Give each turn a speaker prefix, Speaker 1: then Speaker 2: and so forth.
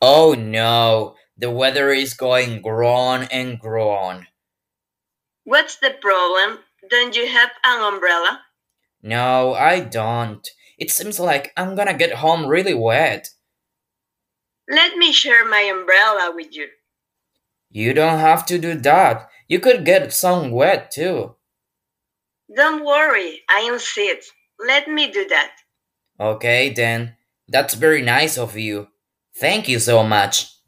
Speaker 1: Oh no, the weather is going grown and grown.
Speaker 2: What's the problem? Don't you have an umbrella?
Speaker 1: No, I don't. It seems like I'm gonna get home really wet.
Speaker 2: Let me share my umbrella with you.
Speaker 1: You don't have to do that. You could get some wet too.
Speaker 2: Don't worry, I insist. Let me do that.
Speaker 1: Okay, then. That's very nice of you. Thank you so much.